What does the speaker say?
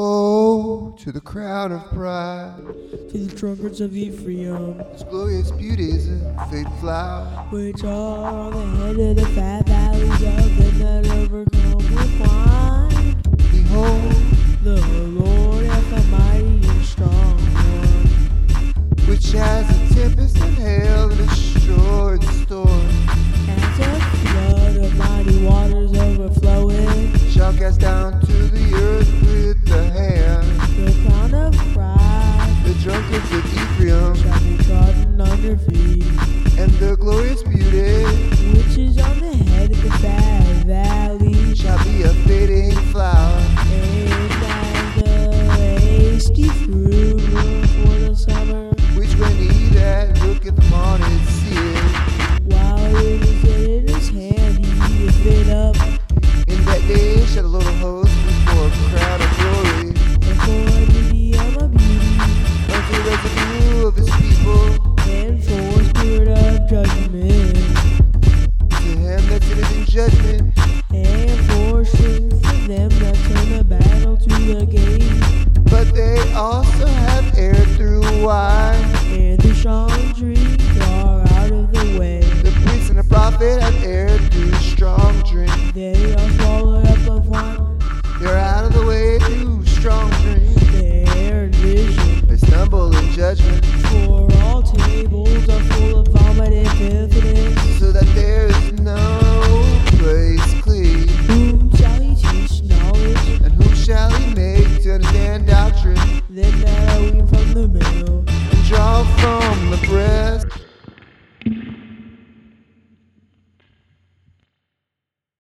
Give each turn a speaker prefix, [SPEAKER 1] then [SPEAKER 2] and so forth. [SPEAKER 1] Woe to the crown of pride,
[SPEAKER 2] to the drunkards of Ephraim,
[SPEAKER 1] whose glorious beauty is a faded flower.
[SPEAKER 2] which are on the head of the fat valleys of them that overcome with wine.
[SPEAKER 1] Behold,